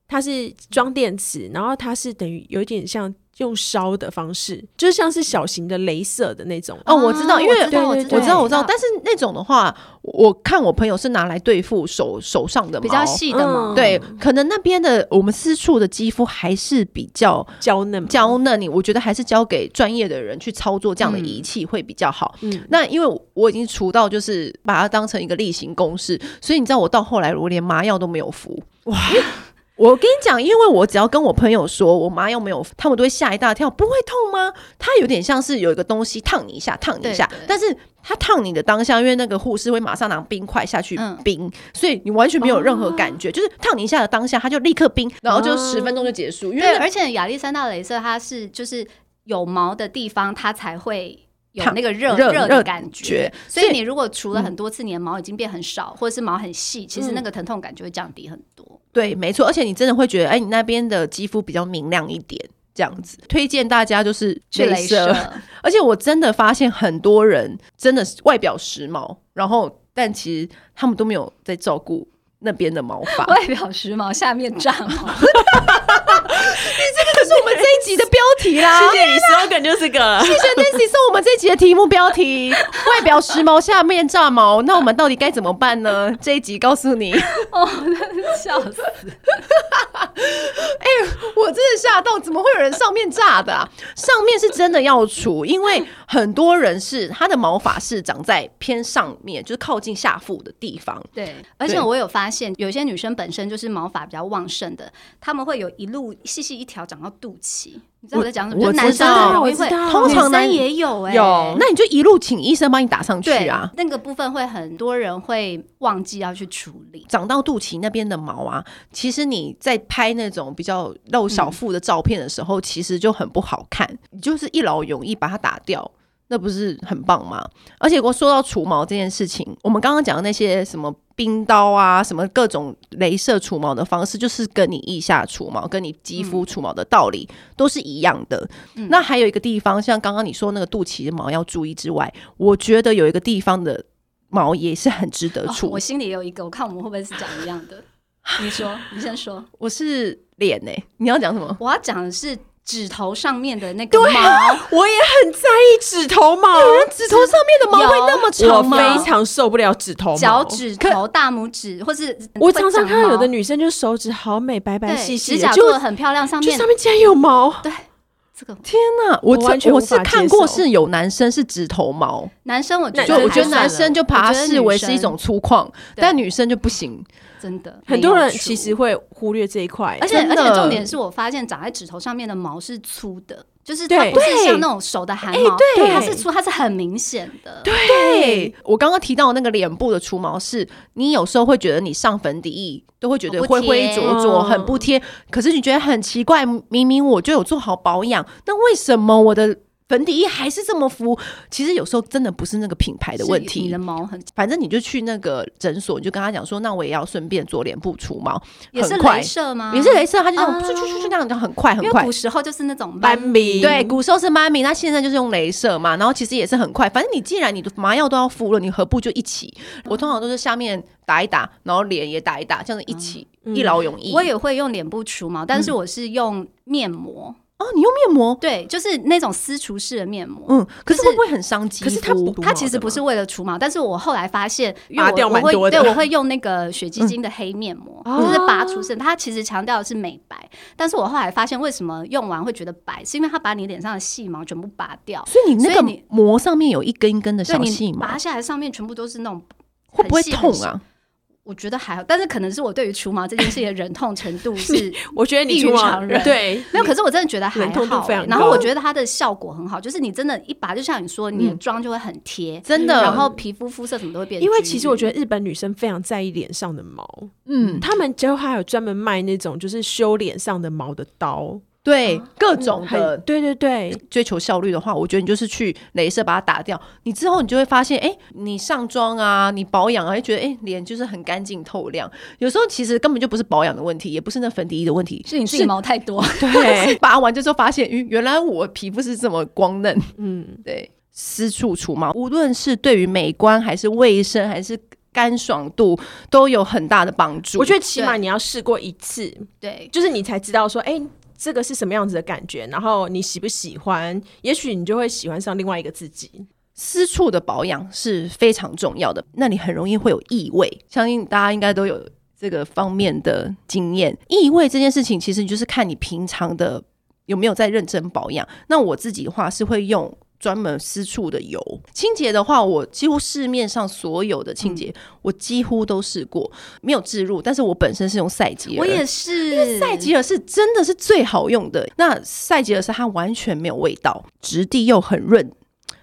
[SPEAKER 2] 它是装电池，然后它是等于有点像用烧的方式，就是像是小型的镭射的那种。
[SPEAKER 1] 哦，我知道，因为
[SPEAKER 3] 啊我知道，
[SPEAKER 2] 对
[SPEAKER 1] 我
[SPEAKER 2] 对
[SPEAKER 1] 知道，我知道。但是那种的话，我我看我朋友是拿来对付手手上的毛，
[SPEAKER 3] 比较细的嘛，
[SPEAKER 2] 嗯
[SPEAKER 1] 对，可能那边的我们私处的肌肤还是比较
[SPEAKER 2] 娇嫩嘛，
[SPEAKER 1] 娇嫩，你我觉得还是交给专业的人去操作这样的
[SPEAKER 3] 嗯
[SPEAKER 1] 仪器会比较好。
[SPEAKER 2] 嗯，
[SPEAKER 1] 那因为我已经除到，就是把它当成一个例行公事，所以你知道我到后来我连麻药都没有服。
[SPEAKER 2] 哇，
[SPEAKER 1] 我跟你讲，因为我只要跟我朋友说我麻药没有服，他们都会吓一大跳，不会痛吗？它有点像是有一个东西烫你一下，烫你一下，
[SPEAKER 3] 对对
[SPEAKER 1] 但是它烫你的当下，因为那个护士会马上拿冰块下去
[SPEAKER 3] 嗯哦
[SPEAKER 1] 冰，所以你完全没有任何感觉，就是烫你一下的当下，它就立刻冰，然后就
[SPEAKER 2] 哦
[SPEAKER 1] 十分钟就结束，因
[SPEAKER 3] 对，
[SPEAKER 1] 为
[SPEAKER 3] 而且亚历山大镭射它是就是有毛的地方它才会。有
[SPEAKER 1] 烫
[SPEAKER 3] 那个热
[SPEAKER 1] 热
[SPEAKER 3] 热
[SPEAKER 1] 热
[SPEAKER 3] 的感
[SPEAKER 1] 觉
[SPEAKER 3] 觉，所以
[SPEAKER 1] 所以嗯
[SPEAKER 3] 你如果除了很多次，你的毛已经变很少，或者是毛很细，其实那个疼痛感就会降低很多。
[SPEAKER 1] 对，没错，而且你真的会觉得，哎，你那边的肌肤比较明亮一点。这样子。推荐大家就是
[SPEAKER 3] 去
[SPEAKER 1] 镭
[SPEAKER 3] 镭射，
[SPEAKER 1] *laughs* 而且我真的发现很多人真的是外表时髦，然后但其实他们都没有在照顾那边的毛发。
[SPEAKER 3] 外表时髦，下面炸毛。
[SPEAKER 1] 这是我们这一集的标题 *laughs* 啦
[SPEAKER 2] 谢谢你，slogan 就是这个了。
[SPEAKER 1] 谢谢 Nancy 送我们这一集的题目标题： *laughs* 外表时髦，下面炸毛。那我们到底该怎么办呢？这一集告诉你，
[SPEAKER 3] 哦，笑死！
[SPEAKER 1] 我真的吓到，怎么会有人上面炸的、啊？上面是真的要除，因为很多人是他的毛发是长在偏上面，就是靠近下腹的地方。
[SPEAKER 3] 对，而且我有发现，有些女生本身就是毛发比较旺盛的，她们会有一路细细一条长到肚脐。你知道我在讲什么？
[SPEAKER 1] 我
[SPEAKER 3] 就
[SPEAKER 1] 我
[SPEAKER 3] 男生
[SPEAKER 1] 知道
[SPEAKER 3] 很容易
[SPEAKER 2] 我
[SPEAKER 3] 会，
[SPEAKER 2] 知道
[SPEAKER 1] 通常
[SPEAKER 3] 女
[SPEAKER 1] 男
[SPEAKER 3] 生也有哎、
[SPEAKER 1] 那你就一路请医生帮你打上去
[SPEAKER 3] 对
[SPEAKER 1] 啊。
[SPEAKER 3] 那个部分会很多人会忘记要去处理。
[SPEAKER 1] 长到肚脐那边的毛啊，其实你在拍那种比较露小腹的照片的时候，其实就很不好看。你就是一劳永逸把它打掉，那不是很棒吗？而且我说到除毛这件事情，我们刚刚讲的那些什么冰刀啊，什么各种镭射除毛的方式，就是跟你腋下除毛、跟你肌肤除毛的道理、都是一样的。那还有一个地方，像刚刚你说那个肚脐的毛要注意之外，我觉得有一个地方的毛也是很值得
[SPEAKER 3] 哦
[SPEAKER 1] 除。
[SPEAKER 3] 我心里也有一个，我看我们会不会是讲一样
[SPEAKER 1] *laughs*
[SPEAKER 3] 的？你说，你先说。
[SPEAKER 1] 我是脸呢、你要讲什么？
[SPEAKER 3] 我要讲的是指头上面的那个
[SPEAKER 1] 啊
[SPEAKER 3] 毛，
[SPEAKER 2] *laughs* 我也很在意指头毛，
[SPEAKER 1] 指头上面的毛会那么
[SPEAKER 2] 我
[SPEAKER 1] 长吗？
[SPEAKER 2] 非常受不了指头毛。
[SPEAKER 3] 脚，趾头、大拇指，或是
[SPEAKER 2] 我常常看到有的
[SPEAKER 3] 女
[SPEAKER 2] 女生就手指好美，白白细
[SPEAKER 3] 对
[SPEAKER 2] 细
[SPEAKER 3] 指
[SPEAKER 2] 的，
[SPEAKER 3] 甲
[SPEAKER 2] 就
[SPEAKER 3] 做的很漂亮，上
[SPEAKER 2] 就
[SPEAKER 3] 面
[SPEAKER 2] 上面竟然有毛。
[SPEAKER 3] 对这个
[SPEAKER 1] 天哪，我
[SPEAKER 2] 我完
[SPEAKER 1] 这
[SPEAKER 2] 全
[SPEAKER 1] 我
[SPEAKER 2] 无
[SPEAKER 1] 是
[SPEAKER 2] 法
[SPEAKER 1] 看
[SPEAKER 2] 接
[SPEAKER 1] 过
[SPEAKER 2] 受
[SPEAKER 1] 是有男生是指头毛，
[SPEAKER 3] 男生我觉
[SPEAKER 2] 那
[SPEAKER 3] 得
[SPEAKER 1] 就
[SPEAKER 2] 那
[SPEAKER 1] 我
[SPEAKER 2] 还
[SPEAKER 1] 觉得
[SPEAKER 2] 算
[SPEAKER 1] 男
[SPEAKER 2] 了
[SPEAKER 1] 生就把它
[SPEAKER 3] 我觉得
[SPEAKER 1] 视为
[SPEAKER 3] 女
[SPEAKER 1] 是
[SPEAKER 3] 生
[SPEAKER 1] 一种粗犷，
[SPEAKER 3] 对
[SPEAKER 1] 但女生就不行。
[SPEAKER 3] 真的
[SPEAKER 2] 很多人
[SPEAKER 3] 没有
[SPEAKER 2] 其实
[SPEAKER 3] 除
[SPEAKER 2] 会忽略这一块
[SPEAKER 3] 而，且
[SPEAKER 1] 真
[SPEAKER 3] 而
[SPEAKER 1] 的
[SPEAKER 3] 且重点是我发现长在指头上面的毛是粗的。就是它
[SPEAKER 2] 对
[SPEAKER 3] 不是
[SPEAKER 1] 对
[SPEAKER 3] 像那种手的汗
[SPEAKER 1] 哎
[SPEAKER 3] 毛，
[SPEAKER 1] 对
[SPEAKER 3] 它是粗，它是很明显的。对，
[SPEAKER 1] 对我刚刚提到那个脸部的除毛是，你有时候会觉得你上粉底液都会觉得
[SPEAKER 3] 很不
[SPEAKER 1] 灰灰
[SPEAKER 3] 贴
[SPEAKER 1] 浊浊，很不贴，可是你觉得很奇怪，明明我就有做好保养，那为什么我的粉底液还是这么浮？其实有时候真的不是那个品牌的问题，
[SPEAKER 3] 你的毛很
[SPEAKER 1] 反正你就去那个诊所，你就跟他讲说，那我也要顺便做脸部除毛，
[SPEAKER 3] 也是
[SPEAKER 1] 很快
[SPEAKER 3] 镭，射吗？
[SPEAKER 1] 也是镭射，他就这样，
[SPEAKER 3] 啊
[SPEAKER 1] 咻咻咻咻那样，就很快很
[SPEAKER 3] 因为
[SPEAKER 1] 快
[SPEAKER 3] 古。时候就是那种
[SPEAKER 2] 斑
[SPEAKER 3] 斑
[SPEAKER 2] 比
[SPEAKER 1] 对，古时候是妈咪，那现在就是用镭射嘛，然后其实也是很快。反正你既然你的麻药都要敷了，你何不就一起？我通常都是下面打一打，然后脸也打一打，这样子一起、一
[SPEAKER 2] 嗯
[SPEAKER 1] 劳永逸。
[SPEAKER 3] 啊嗯我也会用脸部除毛，但是
[SPEAKER 1] 嗯
[SPEAKER 3] 我是用面膜，
[SPEAKER 1] 哦，你用面膜，
[SPEAKER 3] 对，就是那种私除式的面膜。
[SPEAKER 1] 嗯，可是会不会很伤肌肤？
[SPEAKER 2] 可是它不
[SPEAKER 3] 它其实不是为了除毛，但是我后来发现，因为
[SPEAKER 2] 拔掉
[SPEAKER 3] 我我
[SPEAKER 2] 蛮
[SPEAKER 3] 会
[SPEAKER 2] 多的
[SPEAKER 3] 对我会用那个雪肌精的黑面膜，
[SPEAKER 2] 嗯
[SPEAKER 3] 就是拔除剩。它其实强调的是美白，但是我后来发现，为什么用完会觉得白，是因为它把你脸上的细毛全部拔掉，
[SPEAKER 1] 所以你那个
[SPEAKER 3] 所以你
[SPEAKER 1] 膜上面有一根一根的
[SPEAKER 3] 对
[SPEAKER 1] 小细
[SPEAKER 3] 你
[SPEAKER 1] 毛，
[SPEAKER 3] 拔下来上面全部都是那种，
[SPEAKER 1] 会不会
[SPEAKER 3] 很细
[SPEAKER 1] 痛
[SPEAKER 3] 很细
[SPEAKER 1] 啊？
[SPEAKER 3] 我觉得还好，但是可能是我对于除毛这件事情的忍痛程
[SPEAKER 2] *laughs*
[SPEAKER 3] 度是
[SPEAKER 2] 我觉得你
[SPEAKER 3] 异于
[SPEAKER 2] 除毛
[SPEAKER 3] 常人
[SPEAKER 1] *laughs*
[SPEAKER 2] 对，
[SPEAKER 3] 没有，可是我真的觉得还
[SPEAKER 2] 忍痛度
[SPEAKER 3] 好、欸
[SPEAKER 2] 非常
[SPEAKER 3] 然后
[SPEAKER 2] 高
[SPEAKER 3] 我觉得它的效果很好，就是你真的，一拔就像你说，你的
[SPEAKER 1] 嗯
[SPEAKER 3] 妆就会很贴，
[SPEAKER 1] 真的
[SPEAKER 3] 嗯然后皮肤肤色什么都会变均匀。
[SPEAKER 2] 因为其实我觉得日本女生非常在意脸上的毛，
[SPEAKER 1] 嗯，
[SPEAKER 2] 他们就还有专门卖那种就是修脸上的毛的刀，
[SPEAKER 1] 对，
[SPEAKER 3] 啊
[SPEAKER 1] 各
[SPEAKER 3] 嗯
[SPEAKER 1] 种的
[SPEAKER 2] 很对
[SPEAKER 1] *laughs*
[SPEAKER 2] 对对，
[SPEAKER 1] 追求效率的话，我觉得你就是去镭射把它打掉，你之后你就会发现，哎、你上妆啊，你保养啊，就觉得哎脸、就是很干净透亮。有时候其实根本就不是保养的问题，也不是那粉底液的问题，
[SPEAKER 3] 是你自己毛太多，
[SPEAKER 1] 对，拔完就之后发现，嗯，原来我皮肤是这么光嫩。
[SPEAKER 2] 嗯，
[SPEAKER 1] 对，私处除毛，无论是对于美观还是卫生还是干爽度，都有很大的帮助。
[SPEAKER 2] 我觉得起码你要试过一次，
[SPEAKER 3] 对，
[SPEAKER 2] 就是你才知道说，哎、这个是什么样子的感觉，然后你喜不喜欢？也许你就会喜欢上另外一个自己。
[SPEAKER 1] 私处的保养是非常重要的，那你很容易会有异味，相信大家应该都有这个方面的经验。异味这件事情，其实就是看你平常的有没有在认真保养。那我自己的话是会用。专门私处的油清洁的话，我几乎市面上所有的清
[SPEAKER 3] 嗯
[SPEAKER 1] 洁，我几乎都试过，没有置入。但是我本身是用赛洁尔，
[SPEAKER 3] 我也是
[SPEAKER 1] 赛吉尔是真的是最好用的。那赛吉尔是它完全没有味道，质地又很润，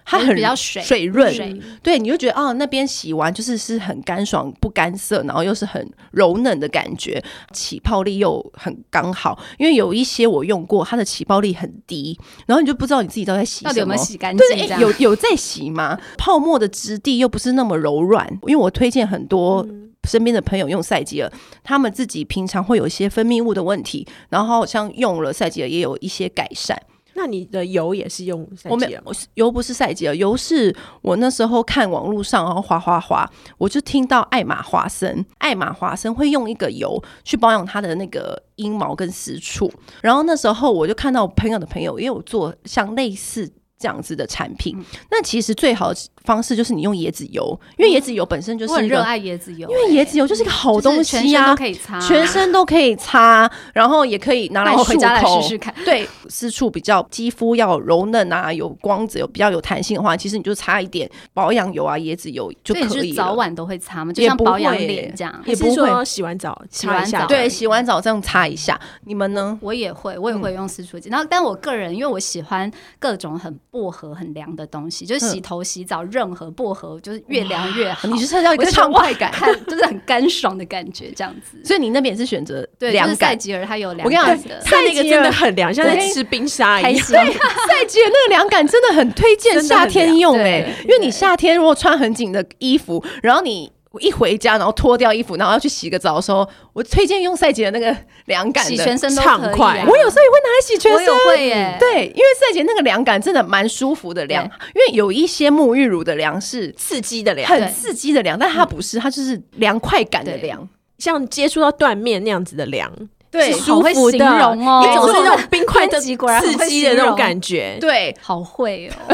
[SPEAKER 1] 它很
[SPEAKER 3] 比较水
[SPEAKER 1] 水润，
[SPEAKER 3] 水
[SPEAKER 1] 对，你就觉得哦，那边洗完就是是很干爽、不干涩，然后又是很柔嫩的感觉，起泡力又很刚好。因为有一些我用过，它的起泡力很低，然后你就不知道你自己都在洗
[SPEAKER 3] 到底
[SPEAKER 1] 什
[SPEAKER 3] 有没
[SPEAKER 1] 么
[SPEAKER 3] 有。洗干净？
[SPEAKER 1] 对，
[SPEAKER 3] 这
[SPEAKER 1] 诶
[SPEAKER 3] 样
[SPEAKER 1] 有有在洗吗？泡沫的质地又不是那么柔软，因为我推荐很多
[SPEAKER 3] 嗯
[SPEAKER 1] 身边的朋友用赛吉尔，他们自己平常会有一些分泌物的问题，然后好像用了赛吉尔也有一些改善。
[SPEAKER 2] 那你的油也是用三
[SPEAKER 1] 我没
[SPEAKER 2] 级吗？
[SPEAKER 1] 我是油不是赛季尔，油是我那时候看网络上然后滑滑滑，我就听到艾玛华森，艾玛华森会用一个油去保养她的那个阴毛跟私处，然后那时候我就看到朋友的朋友也有做像类似。这样子的产品，
[SPEAKER 3] 嗯
[SPEAKER 1] 那其实最好的方式就是你用椰子油，因为椰子油本身就是
[SPEAKER 3] 我很
[SPEAKER 1] 一个
[SPEAKER 3] 热，爱椰子油，哎
[SPEAKER 1] 因为椰子油就是一个好
[SPEAKER 3] 就是
[SPEAKER 1] 东
[SPEAKER 3] 全
[SPEAKER 1] 西
[SPEAKER 3] 身
[SPEAKER 1] 呀、
[SPEAKER 3] 都可以
[SPEAKER 1] *laughs*
[SPEAKER 3] 擦，
[SPEAKER 1] 全身都可以擦，然后也可以拿来
[SPEAKER 3] 那我回
[SPEAKER 1] 漱
[SPEAKER 3] 家来
[SPEAKER 1] 口
[SPEAKER 3] 试试看。
[SPEAKER 1] 对，私处比较肌肤要柔嫩啊，有光泽，有比较有弹性的话，其实你就擦一点保养油啊、椰子油就
[SPEAKER 3] 所以你
[SPEAKER 1] 可
[SPEAKER 3] 是
[SPEAKER 1] 以
[SPEAKER 3] 早
[SPEAKER 1] 了。
[SPEAKER 3] 晚都会擦吗？就
[SPEAKER 1] 也
[SPEAKER 3] 像
[SPEAKER 1] 不
[SPEAKER 3] 保养
[SPEAKER 1] 会
[SPEAKER 3] 脸这样。
[SPEAKER 1] 也
[SPEAKER 2] 也
[SPEAKER 1] 不会
[SPEAKER 2] 是说洗完澡
[SPEAKER 3] 洗
[SPEAKER 2] 擦
[SPEAKER 3] 完
[SPEAKER 2] 一下
[SPEAKER 3] 澡
[SPEAKER 2] 就可以
[SPEAKER 1] 对，洗完澡这样擦一下。你们呢？
[SPEAKER 3] 我也会，我也
[SPEAKER 1] 嗯
[SPEAKER 3] 会用私处巾。然后，但我个人因为我喜欢各种很薄荷、很凉的东西，就是洗头、洗澡，任何薄荷就是越凉越好。
[SPEAKER 1] 嗯你就是要一
[SPEAKER 3] 我
[SPEAKER 1] 个
[SPEAKER 3] 就觉得
[SPEAKER 1] 畅快感，
[SPEAKER 3] 看，就是很干爽的感觉，这样子。
[SPEAKER 1] 所以你那边也是选择
[SPEAKER 3] 对，就
[SPEAKER 1] 凉
[SPEAKER 3] 是赛
[SPEAKER 1] 感。
[SPEAKER 3] 吉尔它有凉
[SPEAKER 1] 我跟你
[SPEAKER 3] 感
[SPEAKER 1] 讲
[SPEAKER 3] 的，
[SPEAKER 2] 它那个真的很凉，像在
[SPEAKER 1] 我跟你
[SPEAKER 2] 吃冰沙一
[SPEAKER 3] 开
[SPEAKER 2] 样。
[SPEAKER 3] 心。
[SPEAKER 1] 赛季的那个凉感真的很推荐
[SPEAKER 2] 真的
[SPEAKER 1] 夏
[SPEAKER 2] 很
[SPEAKER 1] 天
[SPEAKER 2] 凉
[SPEAKER 1] 用
[SPEAKER 3] 对
[SPEAKER 1] 哎、因为你夏天如果穿很紧的衣服，然后你。一回家，然后脱掉衣服，然后要去洗个澡的时候，我推荐用赛杰的那个凉感的，
[SPEAKER 3] 洗全身都
[SPEAKER 2] 畅
[SPEAKER 3] 可以、
[SPEAKER 2] 快
[SPEAKER 3] 啊。
[SPEAKER 1] 我有时候也会拿来洗全
[SPEAKER 3] 我
[SPEAKER 1] 身，
[SPEAKER 3] 有会耶
[SPEAKER 1] 对，因为赛姐那个凉感真的蛮舒服的凉，因为有一些沐浴乳的凉是
[SPEAKER 2] 刺激的凉，
[SPEAKER 1] 很刺激的凉，但
[SPEAKER 3] 嗯
[SPEAKER 1] 它不是，它就是凉快感的凉。
[SPEAKER 2] 像接触到断面那样子的凉，
[SPEAKER 1] 对
[SPEAKER 2] 是
[SPEAKER 3] 好
[SPEAKER 2] 舒
[SPEAKER 3] 会
[SPEAKER 2] 服的，
[SPEAKER 3] 形容哦
[SPEAKER 2] 一种是那种冰块的
[SPEAKER 3] 编辑果然很
[SPEAKER 2] 刺
[SPEAKER 3] 会
[SPEAKER 2] 激的
[SPEAKER 3] 形
[SPEAKER 2] 那种
[SPEAKER 3] 容
[SPEAKER 2] 感觉。
[SPEAKER 1] 对，
[SPEAKER 3] 好会哦，
[SPEAKER 2] *laughs*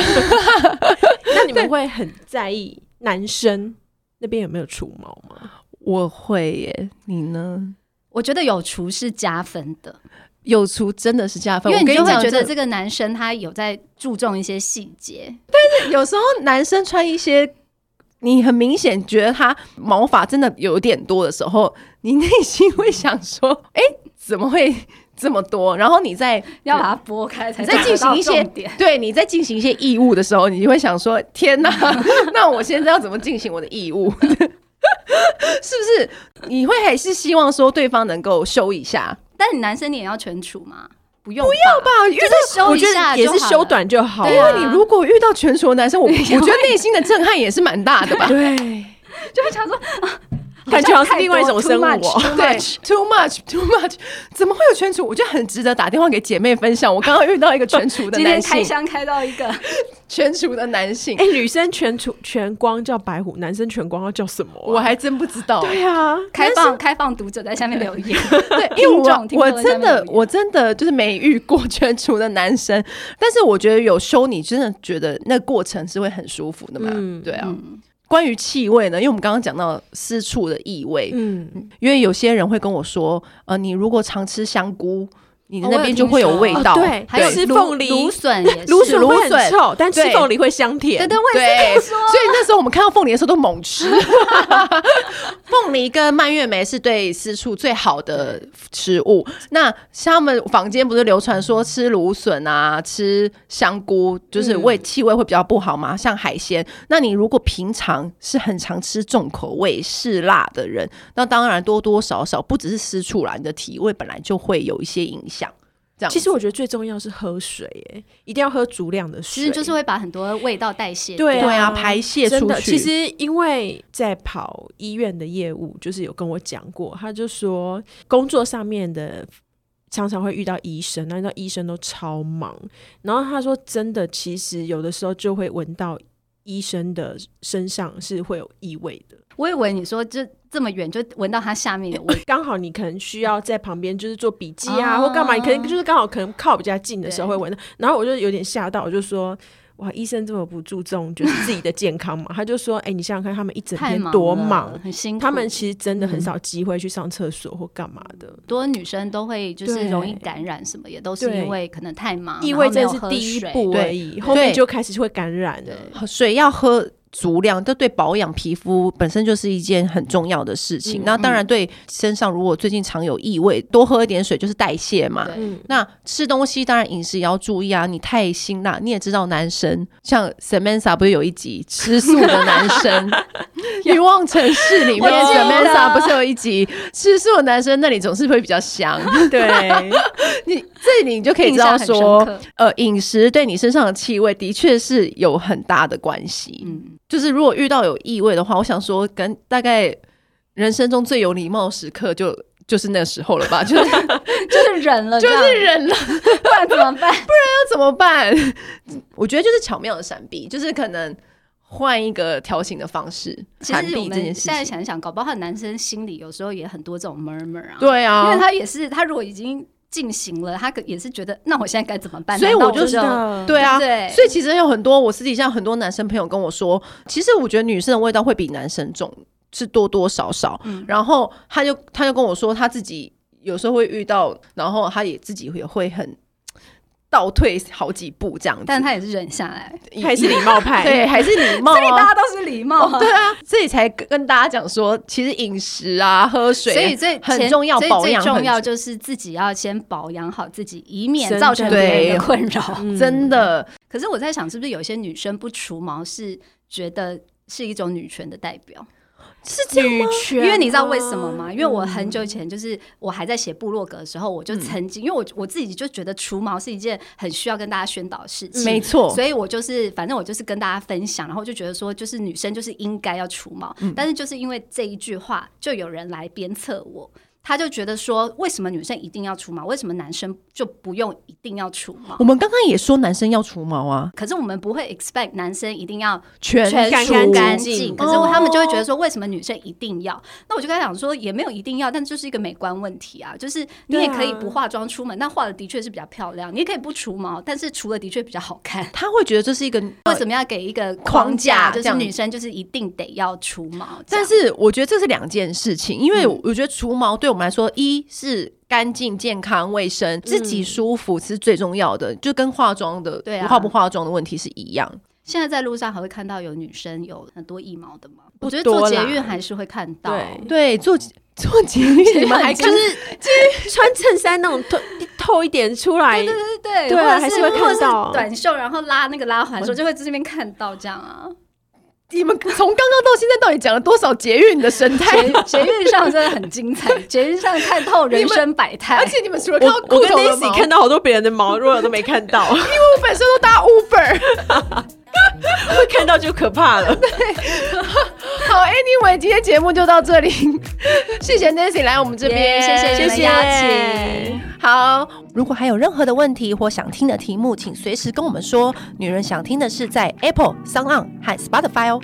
[SPEAKER 2] 那你们会很在意男生那边有没有除毛吗？
[SPEAKER 1] 我会耶，你呢？
[SPEAKER 3] 我觉得有除是加分的，
[SPEAKER 1] 有除真的是加分，
[SPEAKER 3] 因为
[SPEAKER 1] 我
[SPEAKER 3] 你
[SPEAKER 1] 跟
[SPEAKER 3] 就会
[SPEAKER 1] 讲
[SPEAKER 3] 觉得
[SPEAKER 1] 真
[SPEAKER 3] 这个男生他有在注重一些细节，
[SPEAKER 1] 的有时候男生穿一些。你很明显觉得他毛发真的有点多的时候，你内心会想说：“哎、怎么会这么多？”然后你在
[SPEAKER 3] 要把它拨开才
[SPEAKER 1] 你在进行一些
[SPEAKER 3] 点。
[SPEAKER 1] 对，你在进行一些义务的时候，你就会想说：天
[SPEAKER 3] *laughs*
[SPEAKER 1] 哪，那我现在要怎么进行我的义务？ *laughs* 是不是？你会还是希望说对方能够修一下
[SPEAKER 3] 但你男生你也要全除吗？不用，不要吧？
[SPEAKER 1] 吧？因为
[SPEAKER 3] 就是修
[SPEAKER 2] 我
[SPEAKER 3] 一
[SPEAKER 2] 觉
[SPEAKER 3] 下
[SPEAKER 2] 得
[SPEAKER 3] 就
[SPEAKER 2] 也
[SPEAKER 3] 好了
[SPEAKER 2] 是修。短就好
[SPEAKER 3] 啊对
[SPEAKER 1] 因
[SPEAKER 2] 了。
[SPEAKER 3] 啊
[SPEAKER 1] 为你如果遇到全熟的
[SPEAKER 3] *laughs*
[SPEAKER 1] 男生，我我觉得内心的震撼也是蛮大的吧。
[SPEAKER 2] 对，
[SPEAKER 3] 就会想说，
[SPEAKER 2] 感觉好像是另外一种生物
[SPEAKER 3] 好像太多
[SPEAKER 2] 哦。
[SPEAKER 3] *laughs*
[SPEAKER 2] *laughs*
[SPEAKER 1] 对
[SPEAKER 3] too much，too much
[SPEAKER 1] ，too much，too much，怎么会有全厨？我觉得很值得打电话给姐妹分享。我刚刚遇到一个全厨的
[SPEAKER 3] *laughs* 今
[SPEAKER 1] 男
[SPEAKER 3] 天开
[SPEAKER 1] 性，
[SPEAKER 3] 箱开到一
[SPEAKER 2] *laughs*
[SPEAKER 3] 个，
[SPEAKER 1] 全厨的男性，
[SPEAKER 2] 哎，女生全除全光叫白虎，男生全光要叫什么啊？
[SPEAKER 1] 我还真不知道。
[SPEAKER 2] 对啊，
[SPEAKER 3] 开放开放读者在下面留言，
[SPEAKER 2] *laughs*
[SPEAKER 3] *laughs*
[SPEAKER 1] 因为
[SPEAKER 3] 听众
[SPEAKER 1] 我我
[SPEAKER 3] 听众在下
[SPEAKER 1] 真
[SPEAKER 3] 面
[SPEAKER 1] 的
[SPEAKER 3] 留言
[SPEAKER 1] 我真的就是没遇过全除的男生，但是我觉得有修，你真的觉得那过程是会很舒服的嘛？
[SPEAKER 2] 嗯
[SPEAKER 1] 对啊。关于气味呢，因为我们刚刚讲到私处的异味，
[SPEAKER 2] 嗯，
[SPEAKER 1] 因为有些人会跟我说，呃，你如果常吃香菇，你的
[SPEAKER 3] 哦
[SPEAKER 1] 那
[SPEAKER 3] 我有
[SPEAKER 1] 边
[SPEAKER 3] 听
[SPEAKER 1] 就会有
[SPEAKER 3] 说
[SPEAKER 1] 味
[SPEAKER 2] 哦
[SPEAKER 1] 道。
[SPEAKER 2] 对还有
[SPEAKER 1] 对
[SPEAKER 2] 吃
[SPEAKER 3] 芦
[SPEAKER 2] 凤梨
[SPEAKER 3] 芦笋哎也是，
[SPEAKER 2] 芦笋
[SPEAKER 1] 芦
[SPEAKER 2] 会
[SPEAKER 1] 笋
[SPEAKER 2] 很臭，但吃
[SPEAKER 1] 对
[SPEAKER 2] 凤梨会香
[SPEAKER 3] 对
[SPEAKER 2] 甜。
[SPEAKER 3] 对，我也是
[SPEAKER 1] 对，所以那时候我们看到凤梨的时候都猛
[SPEAKER 3] *laughs*
[SPEAKER 1] 吃。凤梨跟蔓越莓是对私处最好的食物。那像他们坊间不是流传说吃芦笋啊、吃香菇，就是
[SPEAKER 3] 嗯
[SPEAKER 1] 味气味会比较不好嘛，像海鲜。那你如果平常是很常吃重口味、嗜辣的人，那当然多多少少不只是私处啦，你的体味本来就会有一些影响。这样子，
[SPEAKER 2] 其实我觉得最重要是喝水，哎，一定要喝足量的
[SPEAKER 3] 其
[SPEAKER 2] 水。
[SPEAKER 3] 实就是会把很多味道代谢掉。
[SPEAKER 2] 对
[SPEAKER 1] 对啊，排泄
[SPEAKER 2] 真
[SPEAKER 1] 出
[SPEAKER 2] 的，
[SPEAKER 1] 去。
[SPEAKER 2] 其实因为在跑医院的业务，就是有跟我讲过，他就说工作上面的常常会遇到医生，那遇到医生都超忙。然后他说，真的，其实有的时候就会闻到医生的身上是会有异味的。
[SPEAKER 3] 我以为你说就这么远就闻到它下面
[SPEAKER 2] *laughs*
[SPEAKER 3] 有味，
[SPEAKER 2] 刚好你可能需要在旁边就是做笔记啊，
[SPEAKER 3] 啊
[SPEAKER 2] 或干嘛，你可能就是刚好可能靠比较近的时候
[SPEAKER 3] 对
[SPEAKER 2] 会闻到。然后我就有点吓到，我就说。哇，医生这么不注重就是自己的健康嘛？
[SPEAKER 3] *laughs*
[SPEAKER 2] 他就说，哎、你想想看，他们一整
[SPEAKER 3] 太
[SPEAKER 2] 天
[SPEAKER 3] 忙
[SPEAKER 2] 多
[SPEAKER 3] 了嗯
[SPEAKER 2] 忙，
[SPEAKER 3] 很辛苦。
[SPEAKER 2] 他们其实真的很少机会去上厕所或干嘛的。
[SPEAKER 3] 很多女生都会就是
[SPEAKER 2] 对
[SPEAKER 3] 容易感染什么，也都是
[SPEAKER 2] 对
[SPEAKER 3] 因为可能太忙，
[SPEAKER 2] 异
[SPEAKER 3] 嗯然
[SPEAKER 2] 味
[SPEAKER 3] 后没
[SPEAKER 2] 真
[SPEAKER 3] 有
[SPEAKER 2] 的是
[SPEAKER 3] 喝
[SPEAKER 2] 第一
[SPEAKER 3] 水
[SPEAKER 2] 步而
[SPEAKER 1] 对
[SPEAKER 2] 已，后面就开始会感染了。
[SPEAKER 3] 对
[SPEAKER 1] 水要喝足量，这对保养皮肤本身就是一件很重要的事情。
[SPEAKER 2] 嗯
[SPEAKER 1] 那当然，对身上如果最近常有异味，多喝一点水就是代谢嘛。 *laughs*
[SPEAKER 3] 对
[SPEAKER 2] 嗯，
[SPEAKER 1] 那吃东西当然饮食也要注意啊，你太辛辣，你也知道男生像 Samantha 不是有一集吃素的男
[SPEAKER 3] *laughs*
[SPEAKER 1] 生，《欲望城市》里面
[SPEAKER 3] 我记得
[SPEAKER 1] Samantha 不是有一集吃素的男生那里总是会比较香， *laughs*
[SPEAKER 2] 对，
[SPEAKER 1] 你这里你就可以
[SPEAKER 3] 印
[SPEAKER 1] 知
[SPEAKER 3] 象
[SPEAKER 1] 道
[SPEAKER 3] 很深
[SPEAKER 1] 说，
[SPEAKER 3] 刻
[SPEAKER 1] 呃，饮食对你身上的气味的确是有很大的关系。
[SPEAKER 3] 嗯，
[SPEAKER 1] *laughs* 就是如果遇到有异味的话，我想说，跟大概人生中最有礼貌的时刻就就是那时候了
[SPEAKER 3] *laughs*
[SPEAKER 1] 吧，就是
[SPEAKER 3] 就是忍了，
[SPEAKER 1] 就是，忍了，
[SPEAKER 3] 不然怎么
[SPEAKER 1] *laughs*
[SPEAKER 3] 办？
[SPEAKER 1] 那怎么办？我觉得就是巧妙的闪避，就是可能换一个调情的方式
[SPEAKER 3] 其
[SPEAKER 1] 闪
[SPEAKER 3] 实我
[SPEAKER 1] 避这
[SPEAKER 3] 们
[SPEAKER 1] 件事
[SPEAKER 3] 现在
[SPEAKER 1] 情。
[SPEAKER 3] 想一想，搞不好男生心里有时候也很多这种 murmur 啊，
[SPEAKER 1] 对
[SPEAKER 3] 因为
[SPEAKER 1] 啊，
[SPEAKER 3] 他也是，他如果已经进行了，他可也是觉得， *laughs* 那我现在该怎么办？
[SPEAKER 1] 所以
[SPEAKER 3] 难道
[SPEAKER 1] 我
[SPEAKER 3] 我
[SPEAKER 1] 就
[SPEAKER 3] 就
[SPEAKER 1] 对啊，
[SPEAKER 3] 对
[SPEAKER 1] 所以其实有很多我私底下很多男生朋友跟我说，其实我觉得女生的味道会比男生重，是多多少少。
[SPEAKER 3] 嗯
[SPEAKER 1] 然后他就他就跟我说，他自己有时候会遇到，然后他也自己也会很倒退好几步这样子，
[SPEAKER 3] 但他也是忍下来，
[SPEAKER 1] 以
[SPEAKER 2] 还是
[SPEAKER 3] *laughs*
[SPEAKER 2] 礼貌派，
[SPEAKER 1] 对，还是礼貌
[SPEAKER 3] 所以大
[SPEAKER 1] 啊。
[SPEAKER 3] 家都是礼貌啊。
[SPEAKER 1] 对啊，所以才跟大家讲说，其实饮食啊、喝水啊，
[SPEAKER 3] 所以最
[SPEAKER 1] 很
[SPEAKER 3] 前
[SPEAKER 1] 重要
[SPEAKER 3] 所以
[SPEAKER 1] 保
[SPEAKER 3] 最
[SPEAKER 1] 养
[SPEAKER 3] 重
[SPEAKER 1] 很
[SPEAKER 3] 要就是自己要先保养好自己，以
[SPEAKER 2] 真
[SPEAKER 3] 免
[SPEAKER 2] 的
[SPEAKER 3] 造成别人
[SPEAKER 1] 对
[SPEAKER 3] 的困扰。 *laughs*
[SPEAKER 2] 嗯
[SPEAKER 1] 真的，
[SPEAKER 3] 可是我在想，是不是有些女生不除毛是觉得是一种女权的代表？
[SPEAKER 1] 是这样
[SPEAKER 2] 女权，
[SPEAKER 3] 因为你知道为什么吗？因为我
[SPEAKER 2] 嗯
[SPEAKER 3] 很久以前就是我还在写部落格的时候，我就
[SPEAKER 1] 嗯
[SPEAKER 3] 曾经，因为我我自己就觉得除毛是一件很需要跟大家宣导的事情，
[SPEAKER 1] 没错，
[SPEAKER 3] 所以我就是，反正我就是跟大家分享，然后就觉得说，就是女生就是应该要除毛，但是就是因为这一句话，就有人来鞭策我。他就觉得说，为什么女生一定要除毛？为什么男生就不用一定要除毛
[SPEAKER 1] 我？们刚刚也说男生要除毛啊，
[SPEAKER 3] 可是我们不会 expect 男生一定要
[SPEAKER 1] 全
[SPEAKER 3] 全
[SPEAKER 2] 干
[SPEAKER 3] 除
[SPEAKER 2] 干
[SPEAKER 3] 干
[SPEAKER 2] 净净
[SPEAKER 3] 净，可是
[SPEAKER 1] 哦
[SPEAKER 3] 他们就会觉得说，为什么女生一定要？那我就跟他讲说，也没有一定要，但就是一个美观问题啊，就是你
[SPEAKER 2] 对
[SPEAKER 3] 也
[SPEAKER 2] 啊
[SPEAKER 3] 可以不化妆出门，但化的的确是比较漂亮，你也可以不除毛，但是除了的确比较好看。
[SPEAKER 1] 他会觉得这是一个
[SPEAKER 3] 为什么要给一个框
[SPEAKER 1] 框架
[SPEAKER 3] 架？就
[SPEAKER 1] 这
[SPEAKER 3] 是
[SPEAKER 1] 样
[SPEAKER 3] 女生就是一定得要除毛，这
[SPEAKER 1] 但
[SPEAKER 3] 样
[SPEAKER 1] 是我觉得这是嗯两件事情，因为我觉得除毛对我们来说，一是干净、健康、卫生，自己舒服是最重要的，就跟化妆的
[SPEAKER 3] 对啊
[SPEAKER 1] 化不化妆的问题是一样。
[SPEAKER 3] 现在在路上还会看到有女生有很多腋毛的吗？
[SPEAKER 2] 不
[SPEAKER 3] 我觉得
[SPEAKER 2] 多啦
[SPEAKER 3] 做捷运还是会看到。
[SPEAKER 2] 对
[SPEAKER 1] 对，做做节 *laughs* 目你们
[SPEAKER 3] *laughs*
[SPEAKER 1] 还
[SPEAKER 2] 就
[SPEAKER 1] 就是
[SPEAKER 2] 是就是穿衬衫那种透透一点出来，
[SPEAKER 3] 对
[SPEAKER 2] 对
[SPEAKER 1] 啊
[SPEAKER 3] 或者
[SPEAKER 2] 还是会看到
[SPEAKER 3] 或者是短袖，然后拉那个拉环的时候，就会在这边看到这样啊。
[SPEAKER 1] 你们从刚刚到现在到底讲了多少节运的生态？
[SPEAKER 3] 捷捷运上真的很精彩，捷运上看透人生百态
[SPEAKER 1] *laughs* 而。且你们除了
[SPEAKER 2] 我
[SPEAKER 1] 看到
[SPEAKER 2] 我
[SPEAKER 1] 裤
[SPEAKER 2] 跟
[SPEAKER 1] 头的
[SPEAKER 2] Nancy
[SPEAKER 1] 毛，
[SPEAKER 2] 看到好多别人的毛，若我都没看
[SPEAKER 1] *laughs*
[SPEAKER 2] 到，
[SPEAKER 1] 我粉身都搭 Uber。
[SPEAKER 2] 会看到就可怕了。
[SPEAKER 1] 好，Anyway，今天节目就到这里， *laughs* 谢谢 Nancy 来我们这边
[SPEAKER 3] 耶谢谢你们
[SPEAKER 2] 谢
[SPEAKER 3] 邀请。
[SPEAKER 1] 好，如果还有任何的问题或想听的题目，请随时跟我们说。女人想听的是在 Apple、s o n 和 Spotify 哦。